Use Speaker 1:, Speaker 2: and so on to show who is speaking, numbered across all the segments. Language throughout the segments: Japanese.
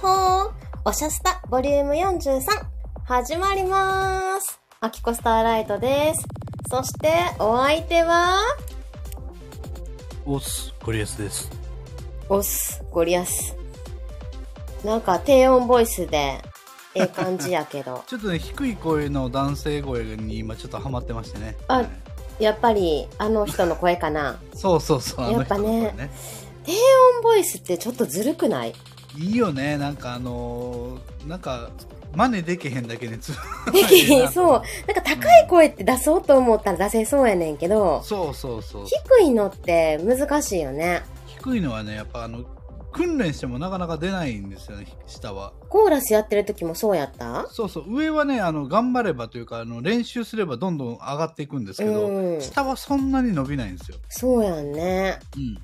Speaker 1: ほーおしゃスタボリューム43始まりまーすアキコスターライトです。そしてお相手は、
Speaker 2: おっす、ゴリエスです。。
Speaker 1: オス、ゴリアス。なんか低音ボイスで、ええ感じやけど
Speaker 2: ちょっとね、低い声の男性声に今ちょっとハマってましてね。
Speaker 1: あ
Speaker 2: はい
Speaker 1: やっぱりあの人の声かな。
Speaker 2: そうそうそう、あの人の声
Speaker 1: やっぱ
Speaker 2: ね。
Speaker 1: 低音ボイスってちょっとずるくない
Speaker 2: いいよね、なんかあのーなんか、真似できへんだけね、つ
Speaker 1: できひん、
Speaker 2: う。
Speaker 1: そう。なんか高い声って出そうと思ったら出せそうやねんけど、
Speaker 2: そうそうそう。
Speaker 1: 低いのって難しいよね。
Speaker 2: 低いのはね、やっぱあの、訓練してもなかなか出ないんですよね、下は。
Speaker 1: コーラスやってる時もそうやった
Speaker 2: そうそう、上はね、あの、頑張ればというか、あの、練習すればどんどん上がっていくんですけど、
Speaker 1: うん。
Speaker 2: 下はそんなに伸びないんですよ。
Speaker 1: そうやんね。
Speaker 2: うん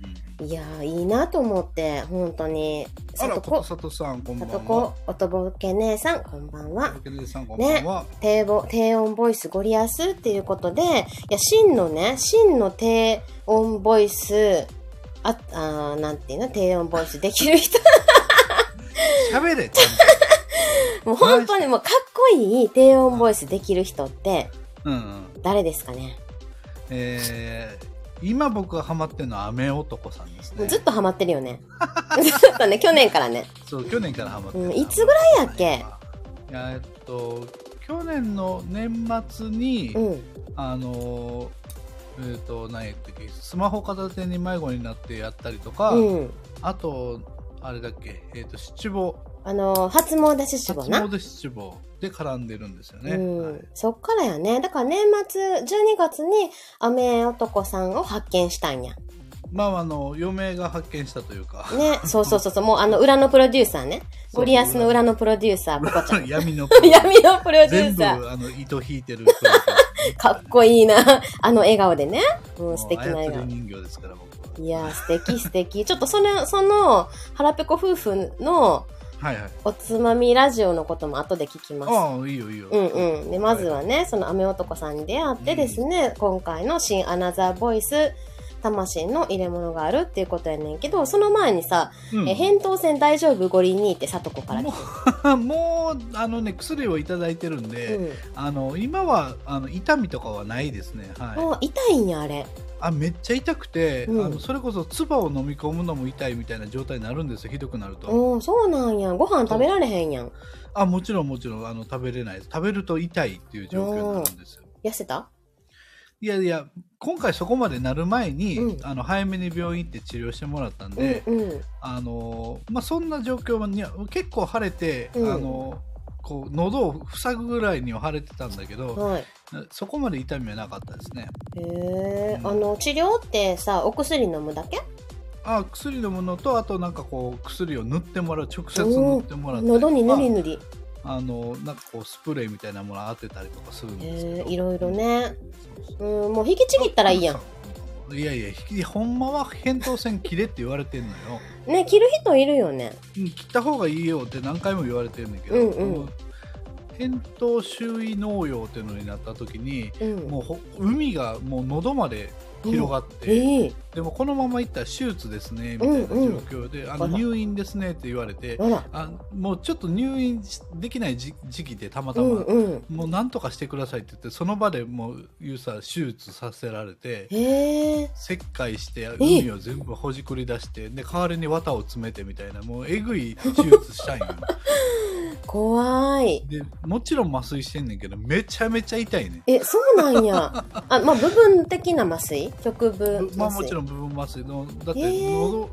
Speaker 2: うん。
Speaker 1: いやー、いいなと思って、本当に。
Speaker 2: あら、
Speaker 1: さと
Speaker 2: こと
Speaker 1: こ、
Speaker 2: さとさん、こんば
Speaker 1: さ
Speaker 2: ん
Speaker 1: と
Speaker 2: は。
Speaker 1: こ、おとぼけ姉さん、こんばんは。
Speaker 2: 竹内さんこんばんは。
Speaker 1: 低ぼ低音ボイスゴリアスっていうことで、いや、真のね、真の低音ボイス、あ、あーなんていうの、低音ボイスできる 人、
Speaker 2: 喋れちゃんと
Speaker 1: もう本当にもうかっこいい低音ボイスできる人って、
Speaker 2: うんうん、
Speaker 1: 誰ですかね。
Speaker 2: えー、今僕がハマってるのは雨男さんです
Speaker 1: もう
Speaker 2: ね。
Speaker 1: ずっとハマってるよね。ずっと ね、去年からね。
Speaker 2: そう去年からハマってる、
Speaker 1: うんいつぐらいやっけ
Speaker 2: えーっと去年の年末に、
Speaker 1: うん。
Speaker 2: あのーえーっと何やったっけスマホ片手に迷子になってやったりとか、
Speaker 1: うん。
Speaker 2: あとあれだっけえーっと七五
Speaker 1: あの、初詣出し
Speaker 2: 初
Speaker 1: 坊な。
Speaker 2: 詣七五で絡んでるんですよね。
Speaker 1: う
Speaker 2: はい
Speaker 1: ん、そっからやね。だから年末、12月に雨男さんを発見したんや。
Speaker 2: まああの余命が発見したという か、
Speaker 1: ね、そうそうそうそう、もうあの裏のプロデューサーね。ゴリアスの裏のプロデューサー、ポコちゃ
Speaker 2: 闇の
Speaker 1: ん。 闇のプロデュ
Speaker 2: 全
Speaker 1: ー
Speaker 2: 部
Speaker 1: サ
Speaker 2: あの糸引いてる人だから。
Speaker 1: ー。 かっこいいな。あの笑顔でね。うん、素敵な笑
Speaker 2: 操り
Speaker 1: 顔。
Speaker 2: 人形ですから僕はい
Speaker 1: やー、素敵素敵。ちょっとその、その、腹ペコ夫婦の
Speaker 2: はいはい
Speaker 1: おつまみラジオのことも後で聞きます。
Speaker 2: ああいいよいいよ
Speaker 1: うんうん。で、まずはね、その雨男さんに出会ってですね、今回の新アナザーボイス、魂の入れ物があるっていうことやねんけど、その前にさ、
Speaker 2: うん
Speaker 1: え、扁桃腺大丈夫ゴリにってさとこから
Speaker 2: も
Speaker 1: 来
Speaker 2: う もうあのね薬をいただいてるん
Speaker 1: て。
Speaker 2: で、
Speaker 1: うん。
Speaker 2: あの今はあの痛みとかはないですねは
Speaker 1: あ
Speaker 2: い
Speaker 1: 痛いんや、あれ。
Speaker 2: あめっちゃ痛くて、
Speaker 1: うん
Speaker 2: あのそれこそ唾を飲み込むのも痛いみたいな状態になるんですよひどくなると、
Speaker 1: うん、そうなんや。ご飯食べられへんやん。
Speaker 2: あもちろんもちろんあの食べれないです食べると痛いっていう状況になるんですよ、
Speaker 1: 痩せた
Speaker 2: いやいや今回そこまでなる前に、
Speaker 1: うん
Speaker 2: あの早めに病院行って治療してもらったん
Speaker 1: う
Speaker 2: で、
Speaker 1: んうん。
Speaker 2: あのーまあ、そんな状況には結構晴れて、
Speaker 1: うん
Speaker 2: あのーこう喉を塞ぐぐらいには晴れてたんだけど、
Speaker 1: はい。
Speaker 2: そこまで痛みはなかったですね
Speaker 1: へえ、あの、治療ってさ、お薬飲むだけ
Speaker 2: あ薬のものとあとなんかこう薬を塗ってもらう直接塗ってもらったりとか
Speaker 1: 喉にぬりぬり。
Speaker 2: あのーなんかこうスプレーみたいなもの当てたりとかするんですけ
Speaker 1: へ
Speaker 2: ど
Speaker 1: え、いろいろね。
Speaker 2: そうそう
Speaker 1: うん、もう引きちぎったらいいやん。
Speaker 2: いやいやひほんまは扁桃腺切れって言われてんのよ
Speaker 1: ね、着る人いるよね。
Speaker 2: うん切った方がいいよって何回も言われてんだけど、
Speaker 1: うんうん
Speaker 2: この扁桃周囲農用っていうのになった時に
Speaker 1: うん。
Speaker 2: もうほ海がもう喉まで広がって、
Speaker 1: ええ
Speaker 2: でもこのまま行ったら手術ですねみたいな状況で、あ
Speaker 1: あ
Speaker 2: の
Speaker 1: ら
Speaker 2: 入院ですねって言われて
Speaker 1: あら。
Speaker 2: あもうちょっと入院しできない時時期でたまた
Speaker 1: うん
Speaker 2: ま、
Speaker 1: うん。
Speaker 2: もうなんとかしてくださいって言ってその場でもうユーサー手術させられて
Speaker 1: へえ。
Speaker 2: 切開して海を全部ほじくり出してで代わりに綿を詰めてみたいなもうえぐい手術した んよ
Speaker 1: 怖い。
Speaker 2: でもちろん麻酔してんねんけどめちゃめちゃ痛いね
Speaker 1: え、そうなんや。あ、まあ、部分的な麻酔局部麻酔。
Speaker 2: まあもちろん部分麻酔のだって
Speaker 1: えー
Speaker 2: 喉、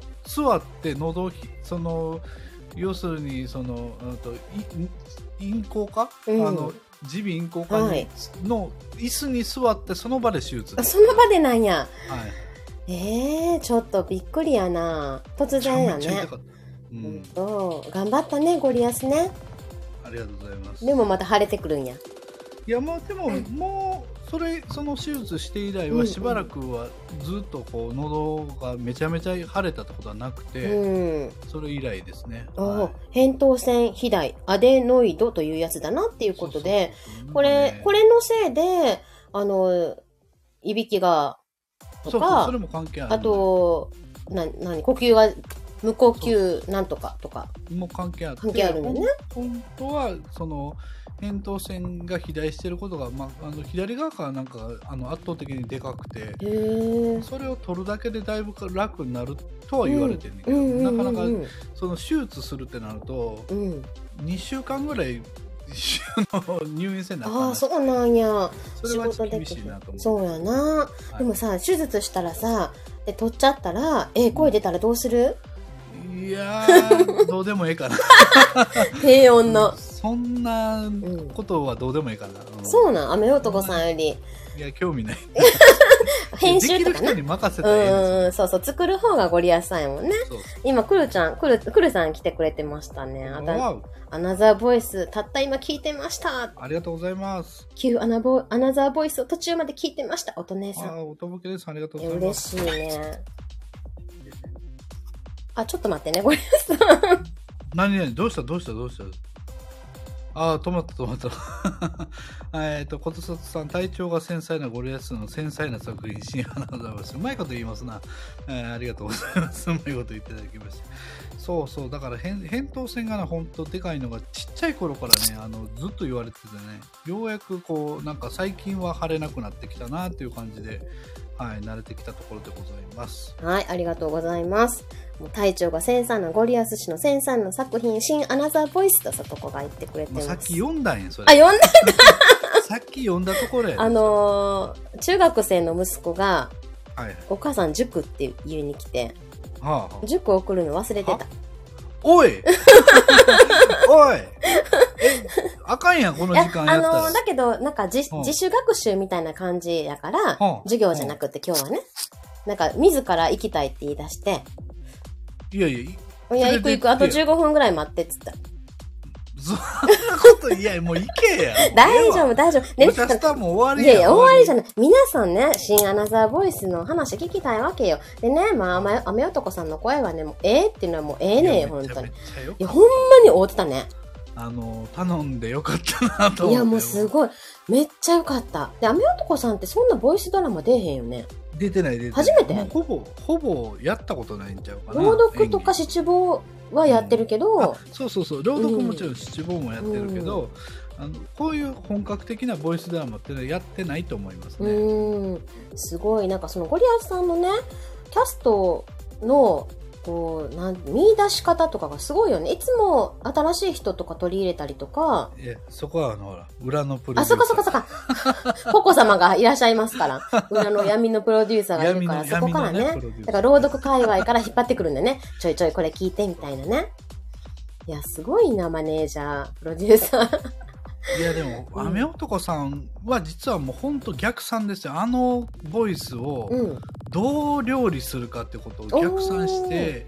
Speaker 2: 座って喉をひその要するにそのうんといん咽喉科、
Speaker 1: うん
Speaker 2: あの耳鼻咽喉科に
Speaker 1: はい
Speaker 2: の椅子に座ってその場で手術
Speaker 1: あその場でなんや。
Speaker 2: はい
Speaker 1: ええちょっとびっくりやな。突
Speaker 2: めちゃ
Speaker 1: 然や
Speaker 2: めちゃ痛
Speaker 1: ね。
Speaker 2: かった、う
Speaker 1: うん
Speaker 2: ん、
Speaker 1: と、頑張ったね、ゴリアスね。
Speaker 2: ありがとうございます
Speaker 1: でもまた腫れてくるんや。
Speaker 2: いやまあでも、もうそれその手術して以来
Speaker 1: うんう
Speaker 2: は
Speaker 1: ん
Speaker 2: しばらくはずっとこう喉がめちゃめちゃ腫れたってことはなくて、
Speaker 1: うん。
Speaker 2: それ以来ですね
Speaker 1: お
Speaker 2: はい
Speaker 1: 扁桃腺肥大、アデノイドというやつだなっていうことで、
Speaker 2: そうそうそう
Speaker 1: こ
Speaker 2: なん
Speaker 1: れ、
Speaker 2: かね
Speaker 1: これのせいで、あの、いびきが、と
Speaker 2: そうそう
Speaker 1: か
Speaker 2: それ、も関係ある
Speaker 1: あと、な、なに、呼吸が無呼吸なんとかとか。
Speaker 2: も関係あって
Speaker 1: 関係あるんだね
Speaker 2: 本本当はその扁桃腺が肥大してることが、まあ、あの左側からなんかあの圧倒的にでかくて
Speaker 1: へえ。
Speaker 2: それを取るだけでだいぶ楽になるとは言われてるんだけ
Speaker 1: う
Speaker 2: ど、
Speaker 1: んうんうんうん。
Speaker 2: なかなかその手術するってなると
Speaker 1: うん。
Speaker 2: 2週間ぐらいあの入院せなあかん
Speaker 1: ああ、
Speaker 2: な
Speaker 1: そうなんや。
Speaker 2: それはちょっと厳しいなと思う
Speaker 1: そうやな。
Speaker 2: はい
Speaker 1: でもさ、手術したらさ、え、取っちゃったら、え、声出たらどうする
Speaker 2: いやーどうでもええ かな
Speaker 1: 低音の。
Speaker 2: そんな
Speaker 1: うん
Speaker 2: ことはどうでもええかな、うん
Speaker 1: そうなん、雨男さんより。
Speaker 2: いや興味ない
Speaker 1: 編集と
Speaker 2: で
Speaker 1: か
Speaker 2: きる人
Speaker 1: ね。
Speaker 2: に任せ
Speaker 1: う
Speaker 2: たらええんですよ
Speaker 1: んうん、そうそう、作る方がゴリアスさんやもんね。
Speaker 2: そうそ
Speaker 1: 今、くるちゃん、くる、くるさん来てくれてましたね。あ
Speaker 2: う
Speaker 1: た
Speaker 2: わお
Speaker 1: アナザーボイス、たった今聞いてました。
Speaker 2: ありがとうございます。
Speaker 1: 旧アナボアナザーボイスを途中まで聞いてました。乙姉
Speaker 2: あ
Speaker 1: さん。
Speaker 2: ー、おとぼけです。ありがとう
Speaker 1: え
Speaker 2: ございま
Speaker 1: 嬉
Speaker 2: す。
Speaker 1: しいね。あ、ちょっと待ってね、ゴリ
Speaker 2: 何々どうしたどうしたどうしたああ、止まった止まった。えっと、ことさつさん、体調が繊細なゴリアスの繊細な作品、新花でございます。うまいこと言いますな、えーありがとうございます。うまいこと言っていただきました。そうそう、だから、へん扁桃腺がね、ほんとでかいのが、ちっちゃい頃からね、あの、ずっと言われててね、ようやくこう、なんか最近は腫れなくなってきたなっていう感じで、はい、慣れてきたところでございます。
Speaker 1: アはい、ありがとうございます。もう隊長がセンサーのゴリアス氏のセンサーの作品、新アナザーボイスとさとこが言ってくれて
Speaker 2: も
Speaker 1: ま
Speaker 2: う
Speaker 1: す。
Speaker 2: さっき読んだんやそ
Speaker 1: あ、
Speaker 2: れ
Speaker 1: 読んだ
Speaker 2: さっき読んだところやで
Speaker 1: あのー中学生の息子が、
Speaker 2: はいはい
Speaker 1: お母さん塾って言いに来て、
Speaker 2: はあはあ
Speaker 1: 塾送るの忘れてた
Speaker 2: は。おい おいえあかんやんこの
Speaker 1: いや
Speaker 2: 時間や
Speaker 1: あ
Speaker 2: ったら、
Speaker 1: のーだけど、なんか自,、
Speaker 2: うん
Speaker 1: 自主学習みたいな感じやから、
Speaker 2: うん
Speaker 1: 授業じゃなくて今日はね、なんか自ら行きたいって言い出して、
Speaker 2: いやいやい
Speaker 1: いや、
Speaker 2: 連れ
Speaker 1: 行く
Speaker 2: て行
Speaker 1: 行
Speaker 2: って
Speaker 1: く、あと15分ぐらい待ってっつった。
Speaker 2: そんなこといやもういけや
Speaker 1: 大丈夫、大丈夫。ね
Speaker 2: ねスタもう終
Speaker 1: い
Speaker 2: わりや
Speaker 1: やいや、終わりじゃ
Speaker 2: ない
Speaker 1: ない。皆さんね、新アナザーボイスの話聞きたいわけよ。でね、まあ、雨雨男さんの声はね、もう、ええっていうのはもうええねんよ、
Speaker 2: め
Speaker 1: 本
Speaker 2: っちゃ
Speaker 1: 当
Speaker 2: め
Speaker 1: に
Speaker 2: っ。ちゃよ
Speaker 1: いや、ほんまに合ってたね。
Speaker 2: あの頼んでよかったなと思って
Speaker 1: いや、もうす
Speaker 2: い
Speaker 1: ごい。めっちゃよかった。で、雨男さんってそんなボイスドラマ出えへんよね。
Speaker 2: 出てない出てない
Speaker 1: 初めて
Speaker 2: もうほぼほぼやったことないんちゃうかな
Speaker 1: 朗読とか
Speaker 2: 演技
Speaker 1: 七望はやってるけど、
Speaker 2: あそうそうそう朗読もちろん七五もやってるけど、あのこういう本格的なボイスドラマっていうのはやってないと思います
Speaker 1: う
Speaker 2: ね、
Speaker 1: ーん、すごい。なんかそのゴリアスさんのね、キャストの、こう、なん、見出し方とかがすごいよね。いつも新しい人とか取り入れたりとか、
Speaker 2: いやそこはあのほら裏のプロデュ
Speaker 1: あ、
Speaker 2: ーサ
Speaker 1: そ
Speaker 2: ー
Speaker 1: っかそっかそっか。 ポコ様がいらっしゃいますから。裏の闇のプロデューサーがいる
Speaker 2: 闇
Speaker 1: から、
Speaker 2: の
Speaker 1: そこ
Speaker 2: 闇
Speaker 1: から
Speaker 2: のね
Speaker 1: ね
Speaker 2: プ。ロデューサー
Speaker 1: だから朗読界隈から引っ張ってくるんだね。ちょいちょいこれ聞いてみたいなね。いや、すごいな、マネージャー、プロデューサ ー。
Speaker 2: いやでも
Speaker 1: うん
Speaker 2: 雨男さんは実はもうほんと逆算ですよあのボイスを
Speaker 1: うん。
Speaker 2: どう料理するかってことを逆算して、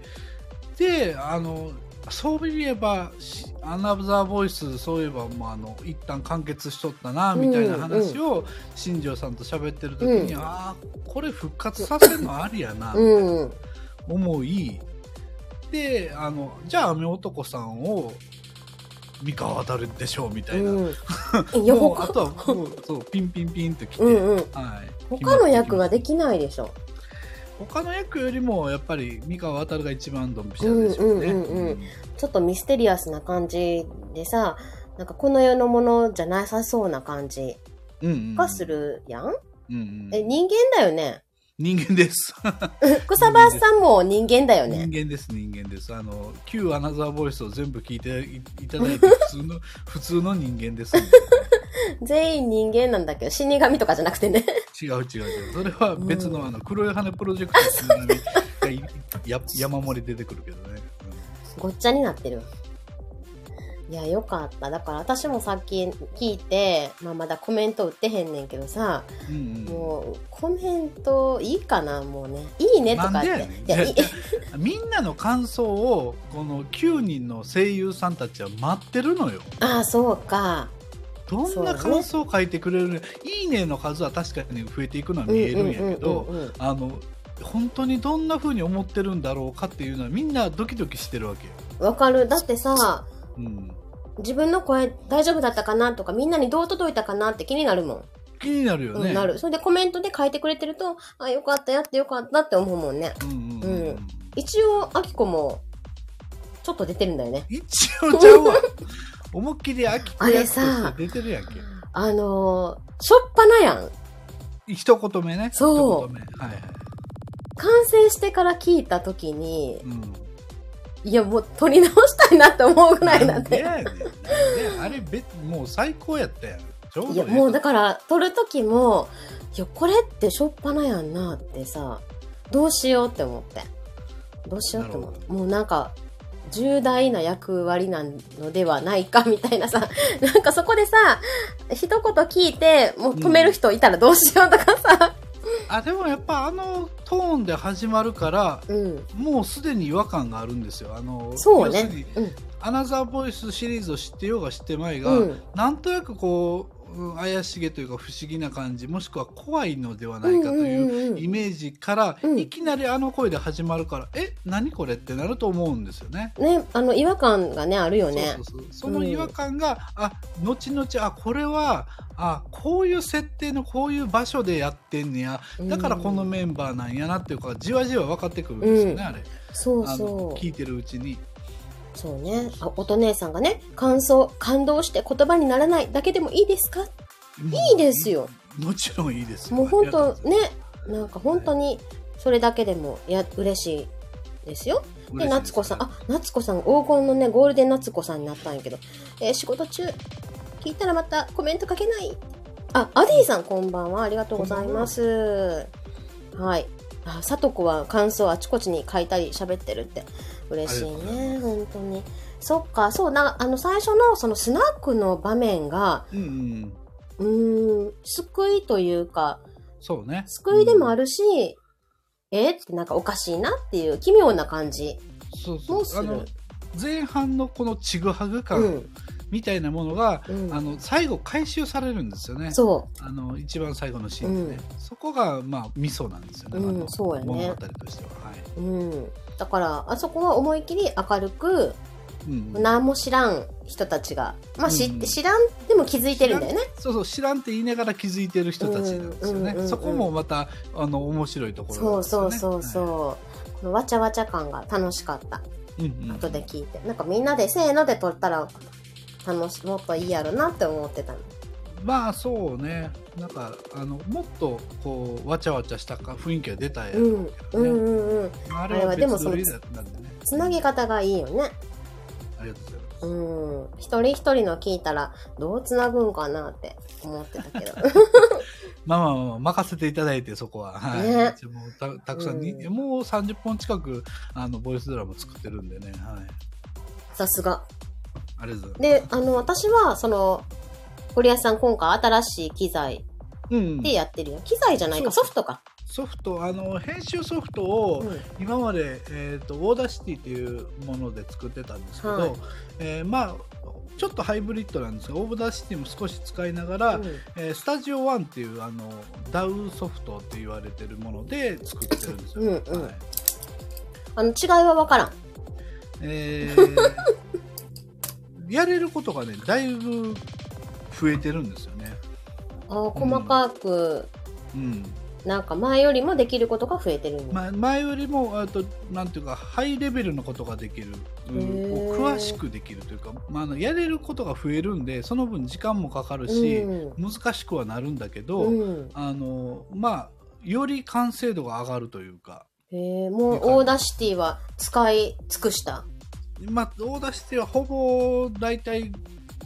Speaker 2: であのそういえばしアナザーボイスそういえばもうあの一旦完結しとったなみたいな話を新庄さんと喋ってる時に、
Speaker 1: うん
Speaker 2: ああこれ復活させるのありやな、
Speaker 1: うん。
Speaker 2: 思いであのじゃあ雨男さんを三河渡るでしょうみたいな、もう
Speaker 1: うん。予告
Speaker 2: あと はもうそうピンピンピンときて、
Speaker 1: うんうん。
Speaker 2: はい、
Speaker 1: 他の役が
Speaker 2: 決まってきます
Speaker 1: できないでしょ。
Speaker 2: 他の役よりもやっぱり三河渡るが一番ドンピシャでしょうね。
Speaker 1: うんうんうんうんちょっとミステリアスな感じでさ、なんかこの世のものじゃなさそうな感じ
Speaker 2: うんうん
Speaker 1: がす。るやん、
Speaker 2: うんうん
Speaker 1: え、人間だよね。
Speaker 2: 人間です。
Speaker 1: 草林さんも人間だよ
Speaker 2: 人
Speaker 1: ね。
Speaker 2: 間です人間です。あの旧アナザーボイスを全部聞いていいただいて普通の 普通の人間ですんで。
Speaker 1: 全員人間なんだけど、死神とかじゃなくてね。
Speaker 2: 違う違う違う。それは別の、
Speaker 1: うん
Speaker 2: あの黒い羽プロジェクトのつながりがや山盛り出てくるけどね。
Speaker 1: ごっちゃになってる。いや、よかった。だから私もさっき聞いて、まあまだコメント打ってへんねんけどさ、
Speaker 2: うんうんうん
Speaker 1: もうコメントいいかな、もうね。いいねとか
Speaker 2: な
Speaker 1: っ
Speaker 2: ん
Speaker 1: て。
Speaker 2: でやね
Speaker 1: いや
Speaker 2: ん
Speaker 1: いい
Speaker 2: みんなの感想をこの9人の声優さんたちは待ってるのよ。
Speaker 1: ああ、そうか。
Speaker 2: どんな感想を書いてくれる、いいねの数は確かに増えていくのは見えるんやけど
Speaker 1: うんうんうんうん
Speaker 2: あの本当にどんな風に思ってるんだろうかっていうのはみんなドキドキしてるわけよ。
Speaker 1: わかる。だってさ、
Speaker 2: うん
Speaker 1: 自分の声大丈夫だったかなとか、みんなにどう届いたかなって気になるもん。
Speaker 2: 気になるよ
Speaker 1: う
Speaker 2: ね。
Speaker 1: ん、なる。それでコメントで書いてくれてると、あ、よかった、やってよかったって思うもんね。
Speaker 2: うんうん
Speaker 1: う
Speaker 2: うんん
Speaker 1: 一応、アキコも、ちょっと出てるんだよね。
Speaker 2: 一応ちゃうわ。思いっきり秋子
Speaker 1: あれ
Speaker 2: 役と
Speaker 1: さ
Speaker 2: して出てるやんけ。
Speaker 1: あのー、しょっぱなやん。
Speaker 2: 一言目ね。
Speaker 1: そう
Speaker 2: 一言目。はいはい。
Speaker 1: 完成してから聞いたときに、
Speaker 2: うん。
Speaker 1: いや、もう撮り直したいなって思うぐらいなん
Speaker 2: で
Speaker 1: で。
Speaker 2: やねん。なんでやねんあれ別、もう最高やったやん。ちょうど
Speaker 1: い
Speaker 2: ええ
Speaker 1: や、
Speaker 2: とこ
Speaker 1: もうだから、撮るときも、いや、これってしょっぱなやんなってさ、どうしようって思って。どうしようって思っ
Speaker 2: なる
Speaker 1: て。もうなんか、重大な役割なのではないかみたいなさ、 なんかそこでさ、一言聞いて、もう止める人いたらどうしようとかさ、
Speaker 2: あ、でもやっぱあのトーンで始まるから、
Speaker 1: うん。
Speaker 2: もうすでに違和感があるんですよ。あの、
Speaker 1: そう
Speaker 2: 要するに
Speaker 1: ね。うん。
Speaker 2: アナザーボイスシリーズを知ってようが知ってまいが、
Speaker 1: うん
Speaker 2: なんとなくこう、うん怪しげというか不思議な感じ、もしくは怖いのではないかと
Speaker 1: んうん
Speaker 2: い
Speaker 1: うんう
Speaker 2: ううんイメージから、
Speaker 1: うん
Speaker 2: いきなりあの声で始まるから、え、何これってなると思うんですよね。
Speaker 1: ね、あの、違和感がね、あるよね。
Speaker 2: そうそうそうその違和感が、あ後々あこれはあこういう設定のこういう場所でやってんねやだからこのメンバーなんやなっていうかじわじわ分かってくるんですよね、
Speaker 1: うん
Speaker 2: あれ
Speaker 1: そう
Speaker 2: あの
Speaker 1: そ
Speaker 2: 聞いてるうちに
Speaker 1: う。そうね。あ、おと姉さんがね、感想、感動して言葉にならないだけでもいいですかいいです
Speaker 2: よ
Speaker 1: よ。
Speaker 2: もちろんいいですよ
Speaker 1: もう本当ね
Speaker 2: あ、
Speaker 1: なんか本当に、それだけでも、や、嬉しいですよ。
Speaker 2: り
Speaker 1: で、
Speaker 2: がとうござ
Speaker 1: 夏子さ
Speaker 2: います
Speaker 1: ん、あ、夏子さん、黄金のね、ゴールデン夏子さんになったんやけど、えー仕事中、聞いたらまたコメントかけない。あ、アディさん、こんばんは。ありがとうございます。はい。あ、さとこは感想あちこちに書いたり喋ってるって、嬉しい
Speaker 2: ありがとうござい
Speaker 1: ね、本当に。そっか、そうな、あの、最初のそのスナックの場面が、
Speaker 2: うんうん
Speaker 1: うーん、救いというか、
Speaker 2: そうね
Speaker 1: 救いでもあ
Speaker 2: る、
Speaker 1: るし、えーってなんかおかしいなっていう奇妙な感じ
Speaker 2: うんそう
Speaker 1: も
Speaker 2: そう
Speaker 1: うす
Speaker 2: あの
Speaker 1: る。
Speaker 2: 前半のこのちぐはぐ
Speaker 1: う
Speaker 2: 感
Speaker 1: ん。
Speaker 2: みたいなものが、
Speaker 1: うん
Speaker 2: あの最後回収されるんですよね
Speaker 1: そ
Speaker 2: あの一番最後のシーンでね、そこがまあミソなんですよね、
Speaker 1: うん
Speaker 2: あの
Speaker 1: そうやね。
Speaker 2: 物語としては、はいう
Speaker 1: うん。だから、あそこは思い切り明るく、
Speaker 2: うんうん
Speaker 1: 何も知らん人たちが、まあ知っ
Speaker 2: うん
Speaker 1: て、知らんでも気づいてるんだよね。
Speaker 2: そうそう知らんって言いながら気づいてる人たちなんですよ
Speaker 1: うんう
Speaker 2: ね、
Speaker 1: んうんうん
Speaker 2: そこもまたあの面白いところな
Speaker 1: そ
Speaker 2: ん
Speaker 1: う
Speaker 2: ですよ
Speaker 1: そう
Speaker 2: ね
Speaker 1: そうそう。このわちゃわちゃ感が楽しかった。
Speaker 2: はいうんうん
Speaker 1: 後で聞いて。なんかみんなでせーので撮ったら、楽し、もっといいやろなって思ってたの。
Speaker 2: まあそうねなんかあのもっとこうわちゃわちゃしたか雰囲気が出たやん、
Speaker 1: うん。うんうんうん。
Speaker 2: あ
Speaker 1: あれはでも
Speaker 2: 別撮り
Speaker 1: そ
Speaker 2: だったんでね
Speaker 1: つなぎ方がいいよね。
Speaker 2: ありがとうございます
Speaker 1: うん。一人一人の聞いたら、どうつなぐんかなって思ってたけ ど。
Speaker 2: まあまあまあ任せていただいてそこは、はい
Speaker 1: ね
Speaker 2: うちもたたくさんに、
Speaker 1: うん
Speaker 2: もう30本近くあのボイスドラマ作ってるんでね、はい、
Speaker 1: さすが。
Speaker 2: ありがとうございます
Speaker 1: で、あの、私は、その、堀安さん今回新しい機材
Speaker 2: うん
Speaker 1: でやってるよ。機材じゃないか、
Speaker 2: そ
Speaker 1: ソ
Speaker 2: う
Speaker 1: フトか。
Speaker 2: ソフトあの編集ソフトを、
Speaker 1: うん
Speaker 2: 今まで、えー、とオーダーシティっていうもので作ってたんですけど、
Speaker 1: はい
Speaker 2: えーまあちょっとハイブリッドなんですがオーダーシティも少し使いながら、
Speaker 1: うん
Speaker 2: えースタジオ1っていうあの DAW ソフトって言われてるもので作ってるんですよ。
Speaker 1: うんうん
Speaker 2: はい
Speaker 1: あの、違いはわからん。
Speaker 2: えーやれることがねだいぶ増えてるんですよね。
Speaker 1: あー細かく、
Speaker 2: うん
Speaker 1: なんか前よりもできることが増えてるんだ。
Speaker 2: ま、前よりもあとなんていうかハイレベルのことができる、うん
Speaker 1: へー
Speaker 2: こう詳しくできるというか、まあ、あのやれることが増えるんでその分時間もかかるし、
Speaker 1: うん
Speaker 2: 難しくはなるんだけど、
Speaker 1: うん。
Speaker 2: あのまあより完成度が上がるというか。
Speaker 1: えー、もう、オーダーシティは使い尽くした。
Speaker 2: まあ、オーダーシティはほぼ大体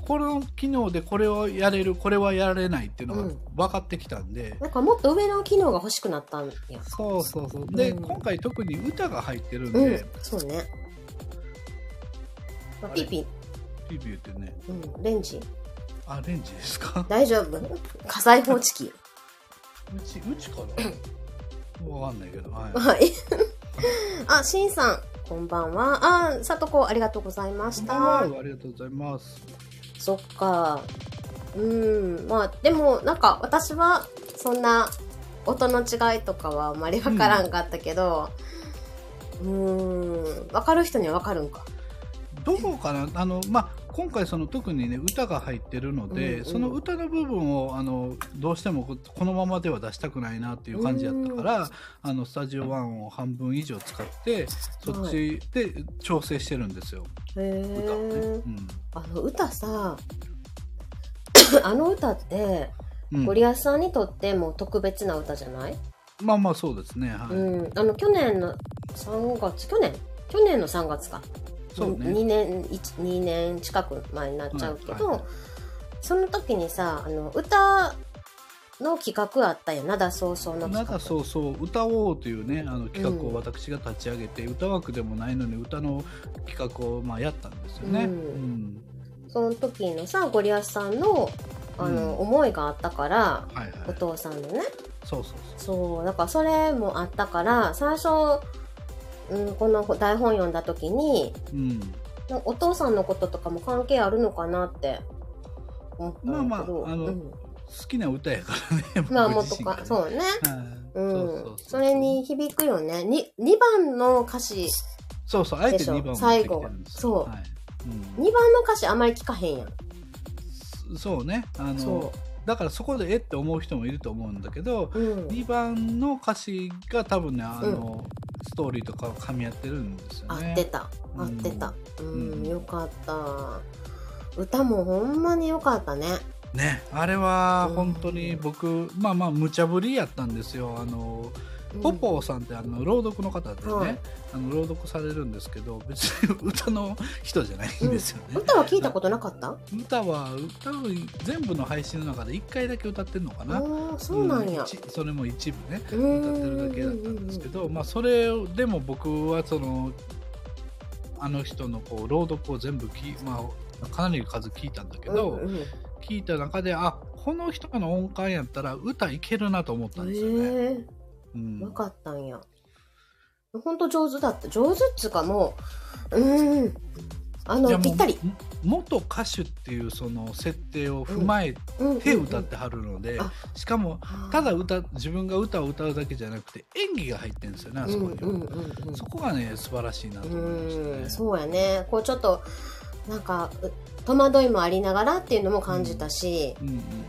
Speaker 2: この機能でこれをやれるこれはやれないっていうのが
Speaker 1: うん
Speaker 2: 分かってきたんで、
Speaker 1: なんかもっと上の機能が欲しくなったんや。
Speaker 2: そうそうそうで、
Speaker 1: うん
Speaker 2: 今回特に歌が入ってるんで、
Speaker 1: うん、そうね。まあ、
Speaker 2: あれ
Speaker 1: ピーピ
Speaker 2: ピーピーってね
Speaker 1: ー、うん、レンジ。
Speaker 2: アレンジですか
Speaker 1: 大丈夫 火災報知器。
Speaker 2: うち、うちか なわかんないけど、はい。
Speaker 1: はい。あ、しんさん、こんばんは。あ、さとこ、ありがとうございまし
Speaker 2: こんばんは
Speaker 1: た。
Speaker 2: ありがとうございます。
Speaker 1: そっか。うん、まあ、でも、なんか、私は、そんな、音の違いとかはあまりわからんかったけど、うーん、わかる人にはわかるんか。
Speaker 2: どうかなあの、まあ、今回その特にね歌が入ってるので、
Speaker 1: うんうん
Speaker 2: その歌の部分をあのどうしてもここのままでは出したくないなっていう感じやったから、あのスタジオ1を半分以上使ってそっちで調整してるんですよ、
Speaker 1: へ
Speaker 2: 歌をね。
Speaker 1: え。
Speaker 2: うん
Speaker 1: あの歌さ、 あの歌って、
Speaker 2: うん
Speaker 1: ゴリアスさんにとってもう特別な歌じゃない、
Speaker 2: まあまあそうですね、はい
Speaker 1: うん。あの、去年の3月、去年去年の3月か。
Speaker 2: そうね
Speaker 1: 2年、一二年近く前になっちゃうけど、
Speaker 2: はいはい
Speaker 1: その時にさ、あの、歌の企画あったよ。なだそうそうの
Speaker 2: なん
Speaker 1: 企画。
Speaker 2: かそうそう「歌おう」というねあの企画を私が立ち上げて、歌枠でもないのに歌の企画をまあやったんですよね。
Speaker 1: う
Speaker 2: うんん
Speaker 1: その時のさ、ゴリアスさんの、あの、
Speaker 2: うん
Speaker 1: 思いがあったから、
Speaker 2: はいはい
Speaker 1: お、父さんのね。
Speaker 2: そうそう
Speaker 1: そう、だからそれもあったから、最初、うん、この台本読んだ時に、
Speaker 2: そう、うん、
Speaker 1: お父さんのこととかも関係あるのかなって思ったんだけど。
Speaker 2: まあまああの
Speaker 1: うん
Speaker 2: 好きな歌やからね
Speaker 1: まあも
Speaker 2: 僕
Speaker 1: っと
Speaker 2: 自身が
Speaker 1: か
Speaker 2: ね、
Speaker 1: そうね。
Speaker 2: はい
Speaker 1: うん。それに響くよね。に、2番の歌詞、
Speaker 2: そうそうあえて2番を持ってきてるんですよ
Speaker 1: 最後
Speaker 2: はいうん
Speaker 1: 2番の歌詞あまり聞かへんやん。
Speaker 2: そうねあの
Speaker 1: そ
Speaker 2: だからそこでえって思う人もいると思うんだけど、
Speaker 1: う。うん。
Speaker 2: 2番の歌詞が多分ねあの、ストーリーとかを噛み合ってるんですよ
Speaker 1: 合
Speaker 2: ね。
Speaker 1: ってた。合ってた。う
Speaker 2: うん
Speaker 1: ん、よかった。歌もほんまによかったね。
Speaker 2: ね、あれは本当に僕、まあまあ無茶ぶりやったんですよあの
Speaker 1: うん
Speaker 2: ポポーさんってあの朗読の方でね、
Speaker 1: はい
Speaker 2: あの朗読されるんですけど別に歌の人じゃないんですよね、
Speaker 1: 歌は聞いたことなかった
Speaker 2: 歌は多分全部の配信の中で1回だけ歌ってるのかな、
Speaker 1: おー、そうなんや。
Speaker 2: 一それも一部ね
Speaker 1: うーん
Speaker 2: 歌ってるだけだったんですけど、まあそれをでも僕はそのあの人のこう朗読を全部き、まあ、かなり数聞いたんだけど、
Speaker 1: うんうん
Speaker 2: 聞いた中であこの人の音感やったら歌いけるなと思ったんですよね。
Speaker 1: へえ
Speaker 2: うん
Speaker 1: 分かったんやほんと上手だった上手っつうかもううーんあ
Speaker 2: い
Speaker 1: の
Speaker 2: やもう
Speaker 1: ぴったり
Speaker 2: ん元歌手っていうその設定を踏まえて歌ってはるので、
Speaker 1: あ
Speaker 2: しかもただ歌自分が歌を歌うだけじゃなくて演技が入ってるんですよねあ
Speaker 1: うん
Speaker 2: そこ
Speaker 1: うんう
Speaker 2: には、
Speaker 1: んうん
Speaker 2: そこがね素晴らしいなと
Speaker 1: う
Speaker 2: 思いましたね
Speaker 1: んそうやねこうちょっとなんかう戸惑いもありながらっていうのも感じたし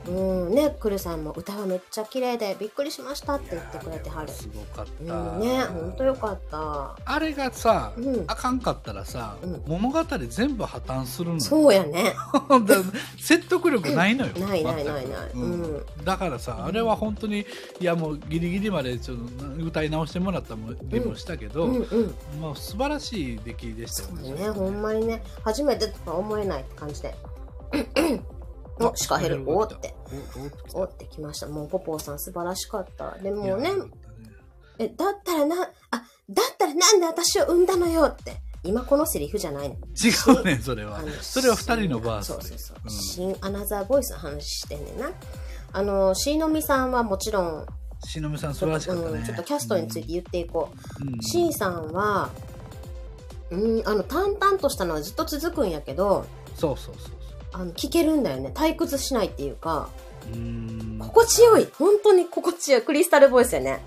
Speaker 2: うんうん
Speaker 1: うんねくるさんも歌はめっちゃ綺麗でびっくりしましたって言ってくれてはる
Speaker 2: すごかっ
Speaker 1: うん
Speaker 2: た、
Speaker 1: ねほんとよかった
Speaker 2: あれがさ、
Speaker 1: うん
Speaker 2: あかんかったらさ、
Speaker 1: うん
Speaker 2: 物語全部破綻するのよ
Speaker 1: そうやね
Speaker 2: だ説得力ないのよ。
Speaker 1: ないない
Speaker 2: 全く
Speaker 1: ないない
Speaker 2: うん
Speaker 1: う
Speaker 2: だからさ、あれは本当に、いやもうギリギリまでちょっと歌い直してもらったもりもしたけど、
Speaker 1: うんうん
Speaker 2: まあ素晴らしい出来でした
Speaker 1: そ
Speaker 2: よ
Speaker 1: う
Speaker 2: ね。
Speaker 1: だね、ほんまにね、初めてとか思えないって感じで。お、
Speaker 2: あ
Speaker 1: シカヘル、おーって、。
Speaker 2: お
Speaker 1: お
Speaker 2: お
Speaker 1: ーってきました。もうポポーさん素晴らしかった。でもね
Speaker 2: いや、
Speaker 1: え、だったらな、あ、だったらなんで私を産んだのよって。今このセリフじゃないの。
Speaker 2: 違うねそれは
Speaker 1: あの。
Speaker 2: それは二人のバース
Speaker 1: そう
Speaker 2: で
Speaker 1: そうそう。
Speaker 2: うん
Speaker 1: 新アナザーボイスの話してんねんな。あの、しのみさんはもちろん、
Speaker 2: しのみさん
Speaker 1: ち
Speaker 2: 素晴
Speaker 1: ょ
Speaker 2: ら
Speaker 1: っ
Speaker 2: し
Speaker 1: と,、
Speaker 2: かった
Speaker 1: う
Speaker 2: ね。
Speaker 1: ん、ちょっとキャストについて言っていこう。
Speaker 2: うん、
Speaker 1: C さんは、うん、あの、淡々としたのはずっと続くんやけど、
Speaker 2: そうそうそうそ
Speaker 1: あの聞けるんだよね退屈しないっていうか
Speaker 2: う。うん
Speaker 1: 心地よい本当に心地よいクリスタルボイスよね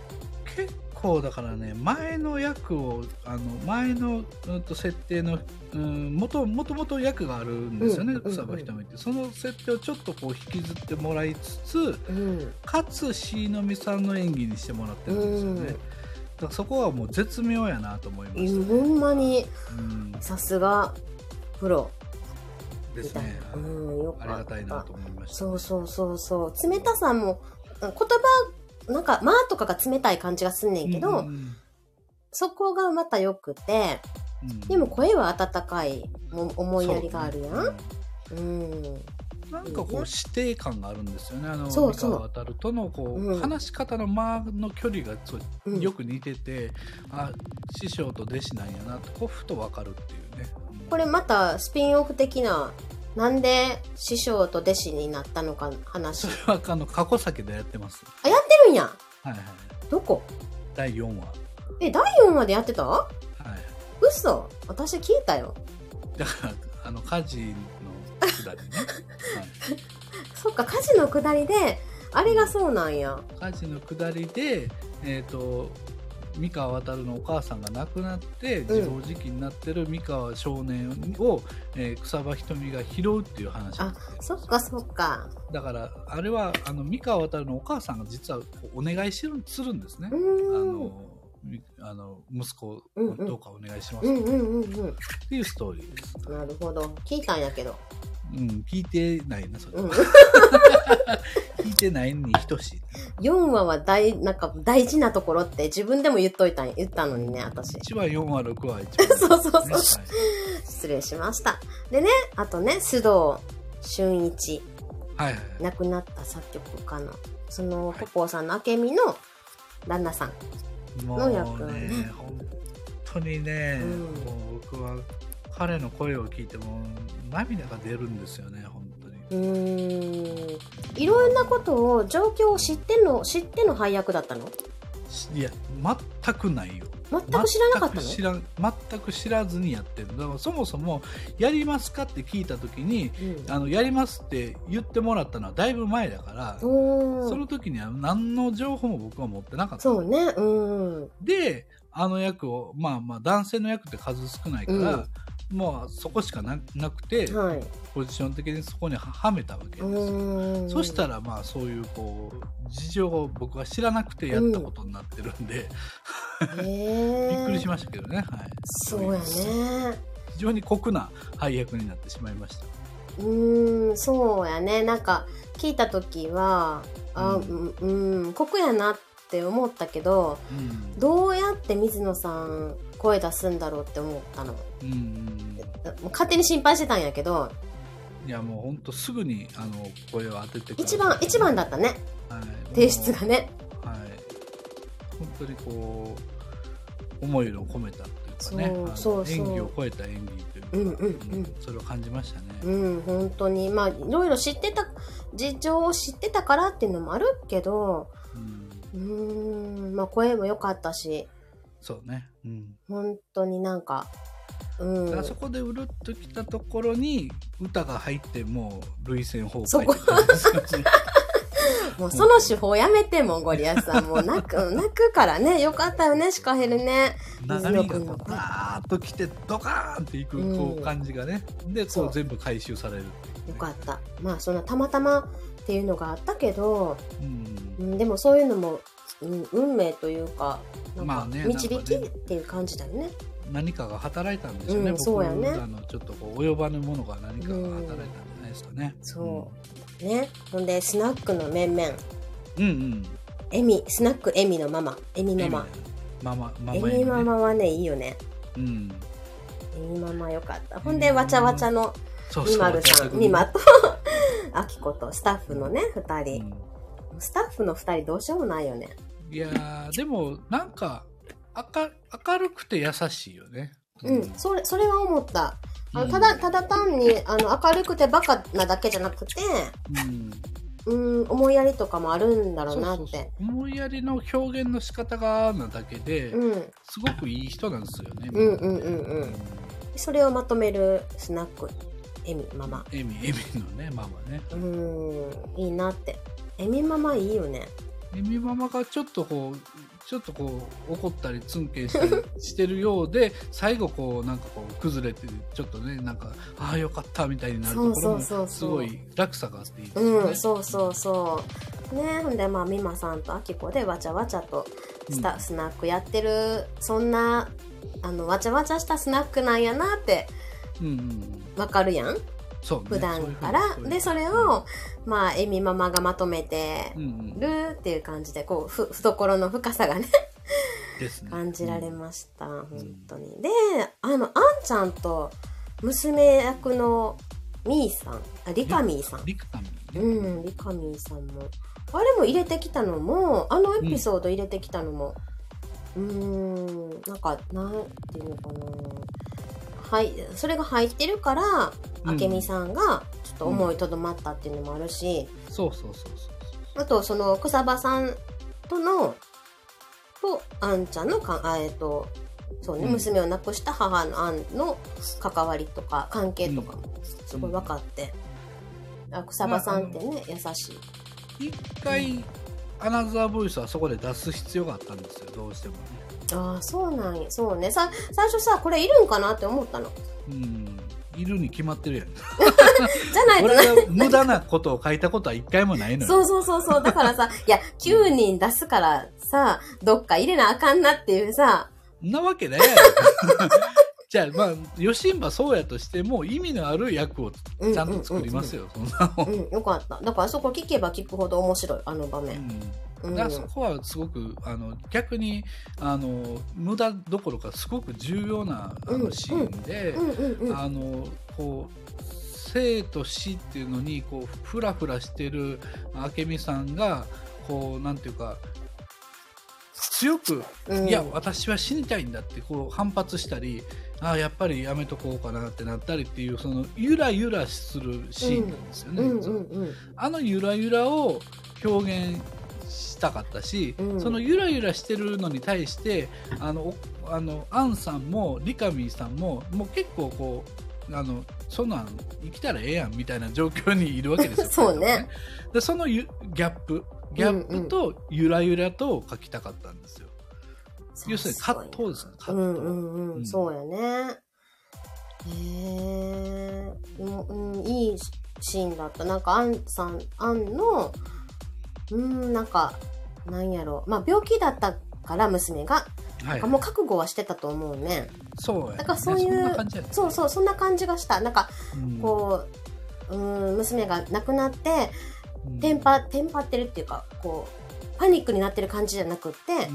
Speaker 2: 結構だからね前の役をあの前の、うん、と設定の、うん、元々元々役があるんですよね
Speaker 1: うんうん
Speaker 2: 草場ひとみってその設定をちょっとこう引きずってもらいつつ
Speaker 1: うん
Speaker 2: かつ椎のみさんの演技にしてもらってるんですよね、
Speaker 1: うん
Speaker 2: だからそこはもう絶妙やなと思いました、
Speaker 1: ほんまに
Speaker 2: うん、
Speaker 1: さすがプロ
Speaker 2: で
Speaker 1: み
Speaker 2: す
Speaker 1: たい
Speaker 2: ね
Speaker 1: な、うんよ
Speaker 2: あ
Speaker 1: か
Speaker 2: り
Speaker 1: った
Speaker 2: がたいなと思いました
Speaker 1: そうそうそうそう冷たさもうん言葉なんか「まあ」とかが冷たい感じがすんねんけど、
Speaker 2: うんうん
Speaker 1: そこがまた良くて
Speaker 2: うん
Speaker 1: でも声は温かいも思いやりがあるやん
Speaker 2: そ
Speaker 1: う,、
Speaker 2: うね
Speaker 1: ん
Speaker 2: なんかこう指定感があるんですよね。あの
Speaker 1: そう
Speaker 2: 三
Speaker 1: そう
Speaker 2: 河渡るとのこう、
Speaker 1: うん
Speaker 2: 話し方の間の距離がそう
Speaker 1: うん
Speaker 2: よく似てて、あ師匠と弟子なんやなってこうふと分かるっていうね。
Speaker 1: これまたスピンオフ的ななんで師匠と弟子になったのか話
Speaker 2: それは あの過去作でやってます。
Speaker 1: あやってるんや
Speaker 2: はいはい。
Speaker 1: どこ
Speaker 2: 第四話。は
Speaker 1: え第4話でやってた
Speaker 2: い。
Speaker 1: 嘘私聞いたよ
Speaker 2: だからあの家事のくだり ね。
Speaker 1: そっか火事の下りであれがそうなんや
Speaker 2: はい、家事のくだりでえっ、と。三河渡のお母さんが亡くなって
Speaker 1: ん
Speaker 2: 自暴自棄になってる三河少年を、えー草場ひとみが拾うっていう話なんです
Speaker 1: そ
Speaker 2: よ
Speaker 1: っかそっか。
Speaker 2: だからあれはあの三河渡のお母さんが実はこうお願いしるするんですね、
Speaker 1: う
Speaker 2: あ
Speaker 1: ん。
Speaker 2: のみあの息子を
Speaker 1: うんうん
Speaker 2: どうかお願いします
Speaker 1: う
Speaker 2: っ
Speaker 1: んうんうんうん。
Speaker 2: ていうストーリーです、
Speaker 1: なるほど。聞いたんやけど。
Speaker 2: うん、聞いてないなそれ
Speaker 1: う
Speaker 2: は
Speaker 1: ん。
Speaker 2: 聞いてないに等しい
Speaker 1: 4話は大、なんか大事なところって自分でも言っといたん、言ったのにね、私。
Speaker 2: 1話4話6話一
Speaker 1: そうそうそう
Speaker 2: 番ですね
Speaker 1: 失礼しました。でね、あとね、須藤俊一、
Speaker 2: はいはいはい
Speaker 1: 亡くなった作曲家の、その、ポポーさんの明美の旦那さん。
Speaker 2: もう
Speaker 1: 野役
Speaker 2: ね
Speaker 1: ね
Speaker 2: 本当にね、
Speaker 1: うん
Speaker 2: もう僕は彼の声を聞いても涙が出るんですよね本当に
Speaker 1: うーん。いろんなことを、状況を知っての、知っての配役だったの
Speaker 2: しいや全くないよ
Speaker 1: 全く知らなかった
Speaker 2: 全
Speaker 1: の
Speaker 2: く知らん全く知らずにやってるだからそもそも「やりますか?」って聞いた時に「あのやります」って言ってもらったのはだいぶ前だから、
Speaker 1: うん。おー
Speaker 2: その時には何の情報も僕は持ってなかった
Speaker 1: そうね、うん。
Speaker 2: であの役をまあまあ男性の役って数少ないから、もうそこしかななくて、
Speaker 1: はい。
Speaker 2: ポジション的にそこにははめたわけです
Speaker 1: う
Speaker 2: よ。
Speaker 1: ーん。
Speaker 2: そした
Speaker 1: ら、
Speaker 2: らまあそういうこう事情を僕は知らなくてやったことになってるんで、
Speaker 1: えー、
Speaker 2: びっくりしましたけどね、はい、
Speaker 1: そうやね。
Speaker 2: 非常に酷な配役になってしまいました
Speaker 1: うーん、そうやね。なんか、聞いた時は、あ、
Speaker 2: う
Speaker 1: うんん、うん、酷やなって思ったけど、
Speaker 2: うん
Speaker 1: どうやって水野さん声出すんだろうって思ったの。
Speaker 2: うんうん
Speaker 1: もう勝手に心配してたんやけど、
Speaker 2: いやもうほんとすぐにあの声を当ててくださ
Speaker 1: 一番、一番だったね。
Speaker 2: はい
Speaker 1: 提出がね。
Speaker 2: はい本当にこう思いを込めたというかね
Speaker 1: そう
Speaker 2: あの
Speaker 1: そうそう
Speaker 2: 演技を超えた演技というか、
Speaker 1: うんうんうん
Speaker 2: それを感じましたね、
Speaker 1: うん、本当に。まあ、いろいろ知ってた、事情を知ってたからっていうのもあるけど、
Speaker 2: うん
Speaker 1: うーん、まあ、声も良かったし、
Speaker 2: そうね、うん、
Speaker 1: 本当になんか、うん。
Speaker 2: あそこでうるっときたところに歌が入ってもう涙腺崩 壊
Speaker 1: そこ
Speaker 2: って感じですよね
Speaker 1: もうその手法やめてもうゴリアスさん。もう泣く、 泣くからね。よかったよね、シカヘルね。
Speaker 2: 中身がこうダーッときてドカーンっていくこ
Speaker 1: う
Speaker 2: うん感じがね、でこ
Speaker 1: そうう
Speaker 2: 全部回収されるよ
Speaker 1: よかった。まあ、そんなたまたまっていうのがあったけど、
Speaker 2: うん
Speaker 1: うん、でもそういうのも、うん、運命というか、なん
Speaker 2: まあ
Speaker 1: か
Speaker 2: ね
Speaker 1: 導き
Speaker 2: なんかね
Speaker 1: っていう感じだよね。
Speaker 2: 何かが働いたんでしょうね、
Speaker 1: うん
Speaker 2: 僕
Speaker 1: そうやね
Speaker 2: らのちょっとこう及ばぬものが何かが働いたんじゃないですかね、
Speaker 1: そね。ほんで、スナックの面々。
Speaker 2: うんうん
Speaker 1: エミ、スナックエミのママ。エミ
Speaker 2: うん
Speaker 1: ママ。
Speaker 2: ママママ
Speaker 1: エ
Speaker 2: エ
Speaker 1: ミ
Speaker 2: ミね
Speaker 1: ママはね、いいよね。
Speaker 2: うん
Speaker 1: エミママよかった。ほ
Speaker 2: エ
Speaker 1: ん
Speaker 2: ミ
Speaker 1: で、
Speaker 2: ママ
Speaker 1: わちゃわちゃの
Speaker 2: そう
Speaker 1: み
Speaker 2: そう
Speaker 1: まるさ
Speaker 2: 私
Speaker 1: ん、みまと、あきこと、スタッフのね、二
Speaker 2: う
Speaker 1: 人。
Speaker 2: ん
Speaker 1: スタッフの2人どうしようもないよね。
Speaker 2: いやーでもなんか明明るくて優しいよね。
Speaker 1: うん、それそれは思った。あ
Speaker 2: うん
Speaker 1: のただただ単にあの明るくてバカなだけじゃなくて、
Speaker 2: うん
Speaker 1: うん、思いやりとかもあるんだろうなって。
Speaker 2: そううそうそう思いやりの表現の仕方がなだけで、
Speaker 1: ん、
Speaker 2: すごくいい人なんですよね。
Speaker 1: うんうんうんうん。それをまとめるスナック、エミママ。
Speaker 2: エミエミのねママね。
Speaker 1: うん、いいなって。エミママいいよね。
Speaker 2: エミママがちょっとこう。ちょっとこう怒ったりツンケンしたりしてるようで 最後こうなんかこう崩れてちょっとねなんかああよかったみたいになるところも
Speaker 1: そうそうそうそう
Speaker 2: すごい落差があっていいですよね。
Speaker 1: うん、そうそうそう。ね、ほんでまあ美馬さんとあきこでわちゃわちゃとスタ、
Speaker 2: うん
Speaker 1: スナックやってるそんなあのわちゃわちゃしたスナックなんやなって
Speaker 2: うんうんうん、
Speaker 1: わかるやん
Speaker 2: そう、ね、
Speaker 1: 普段から
Speaker 2: そういうふうに
Speaker 1: でそれを、まあエミママがまとめて
Speaker 2: うんうん、
Speaker 1: るっていう感じでこうふ懐の深さがね
Speaker 2: ですね
Speaker 1: 感じられました、本当にであのあんちゃんと娘役のみーさんあリカミーさん
Speaker 2: リクタミーね、
Speaker 1: うんリカミーさんもあれも入れてきたのもあのエピソード入れてきたのもうーんなんかなんていうのかなはいそれが入ってるから
Speaker 2: うん
Speaker 1: 明美さんがちょっと思いとどまったっていうのもあるし、
Speaker 2: そうそうそうそう
Speaker 1: あとその草場さんとのとあんちゃんのかあえっ、とそうね、
Speaker 2: うん
Speaker 1: 娘を亡くした母のあんの関わりとか関係とかもすごい分かって、あ草場さんってね優しい
Speaker 2: 一回アナザーボイスはそこで出す必要があったんですよ、どうしてもね。
Speaker 1: ああ、そうなんや。そうね。さ、最初さ、これいるんかなって思ったの。
Speaker 2: うん。いるに決まってる やん。
Speaker 1: じゃないと
Speaker 2: 俺
Speaker 1: な。
Speaker 2: が無駄なことを書いたことは一回もないの
Speaker 1: そう
Speaker 2: よ。
Speaker 1: そうそうそう。だからさ、いや、9人出すからさ、どっか入れなあかんなっていうさ、
Speaker 2: んなわけないやろ じゃあ、まあ、ヨシンバそうやとしても、意味のある役をち
Speaker 1: うん
Speaker 2: ゃんと作ります
Speaker 1: よ。
Speaker 2: よ、そんなもん。
Speaker 1: うん、よかった。だからそこ聞けば聞くほど面白い、あの場
Speaker 2: う
Speaker 1: 面。
Speaker 2: ん
Speaker 1: う
Speaker 2: だ
Speaker 1: ん。
Speaker 2: からそこはすごくあの逆にあの無駄どころかすごく重要なあ
Speaker 1: うんう
Speaker 2: の
Speaker 1: ん
Speaker 2: シーンで、
Speaker 1: うんうんうん。
Speaker 2: あのこう生と死っていうのにこうふらふらしてる明美さんがこうなんていうか強く
Speaker 1: うん、
Speaker 2: いや私は死にたいんだってこう反発したりああやっぱりやめとこうかなってなったりっていうそのゆらゆらするシーンなんですよね。
Speaker 1: うんうんうん。
Speaker 2: あのゆらゆらを表現したかったし、
Speaker 1: うん
Speaker 2: そのゆらゆらしてるのに対してあのおあのアンさんもリカミーさんももう結構こうあのそんなん生きたらええやんみたいな状況にいるわけですよ。
Speaker 1: そうね
Speaker 2: 彼らもでそのゆギャップギャップとゆらゆらとを書きたかったんですよ。要するに葛藤ですね。
Speaker 1: う
Speaker 2: 葛
Speaker 1: ん
Speaker 2: 藤
Speaker 1: うんう、
Speaker 2: うんん
Speaker 1: そうやね。へえうん、うんいいシーンだった。なんか、アンさん、アンの、うん、なんか、なんやろう。まあ、病気だったから、娘が。
Speaker 2: はい
Speaker 1: あもう覚悟はしてたと思うね。
Speaker 2: そうやね
Speaker 1: だからそういう
Speaker 2: そんな感じやね
Speaker 1: そうそう、そんな感じがした。なんか、
Speaker 2: うん
Speaker 1: こう、うん、娘が亡くなって、
Speaker 2: うん
Speaker 1: テンパ、テンパってるっていうか、こう、パニックになってる感じじゃなくって、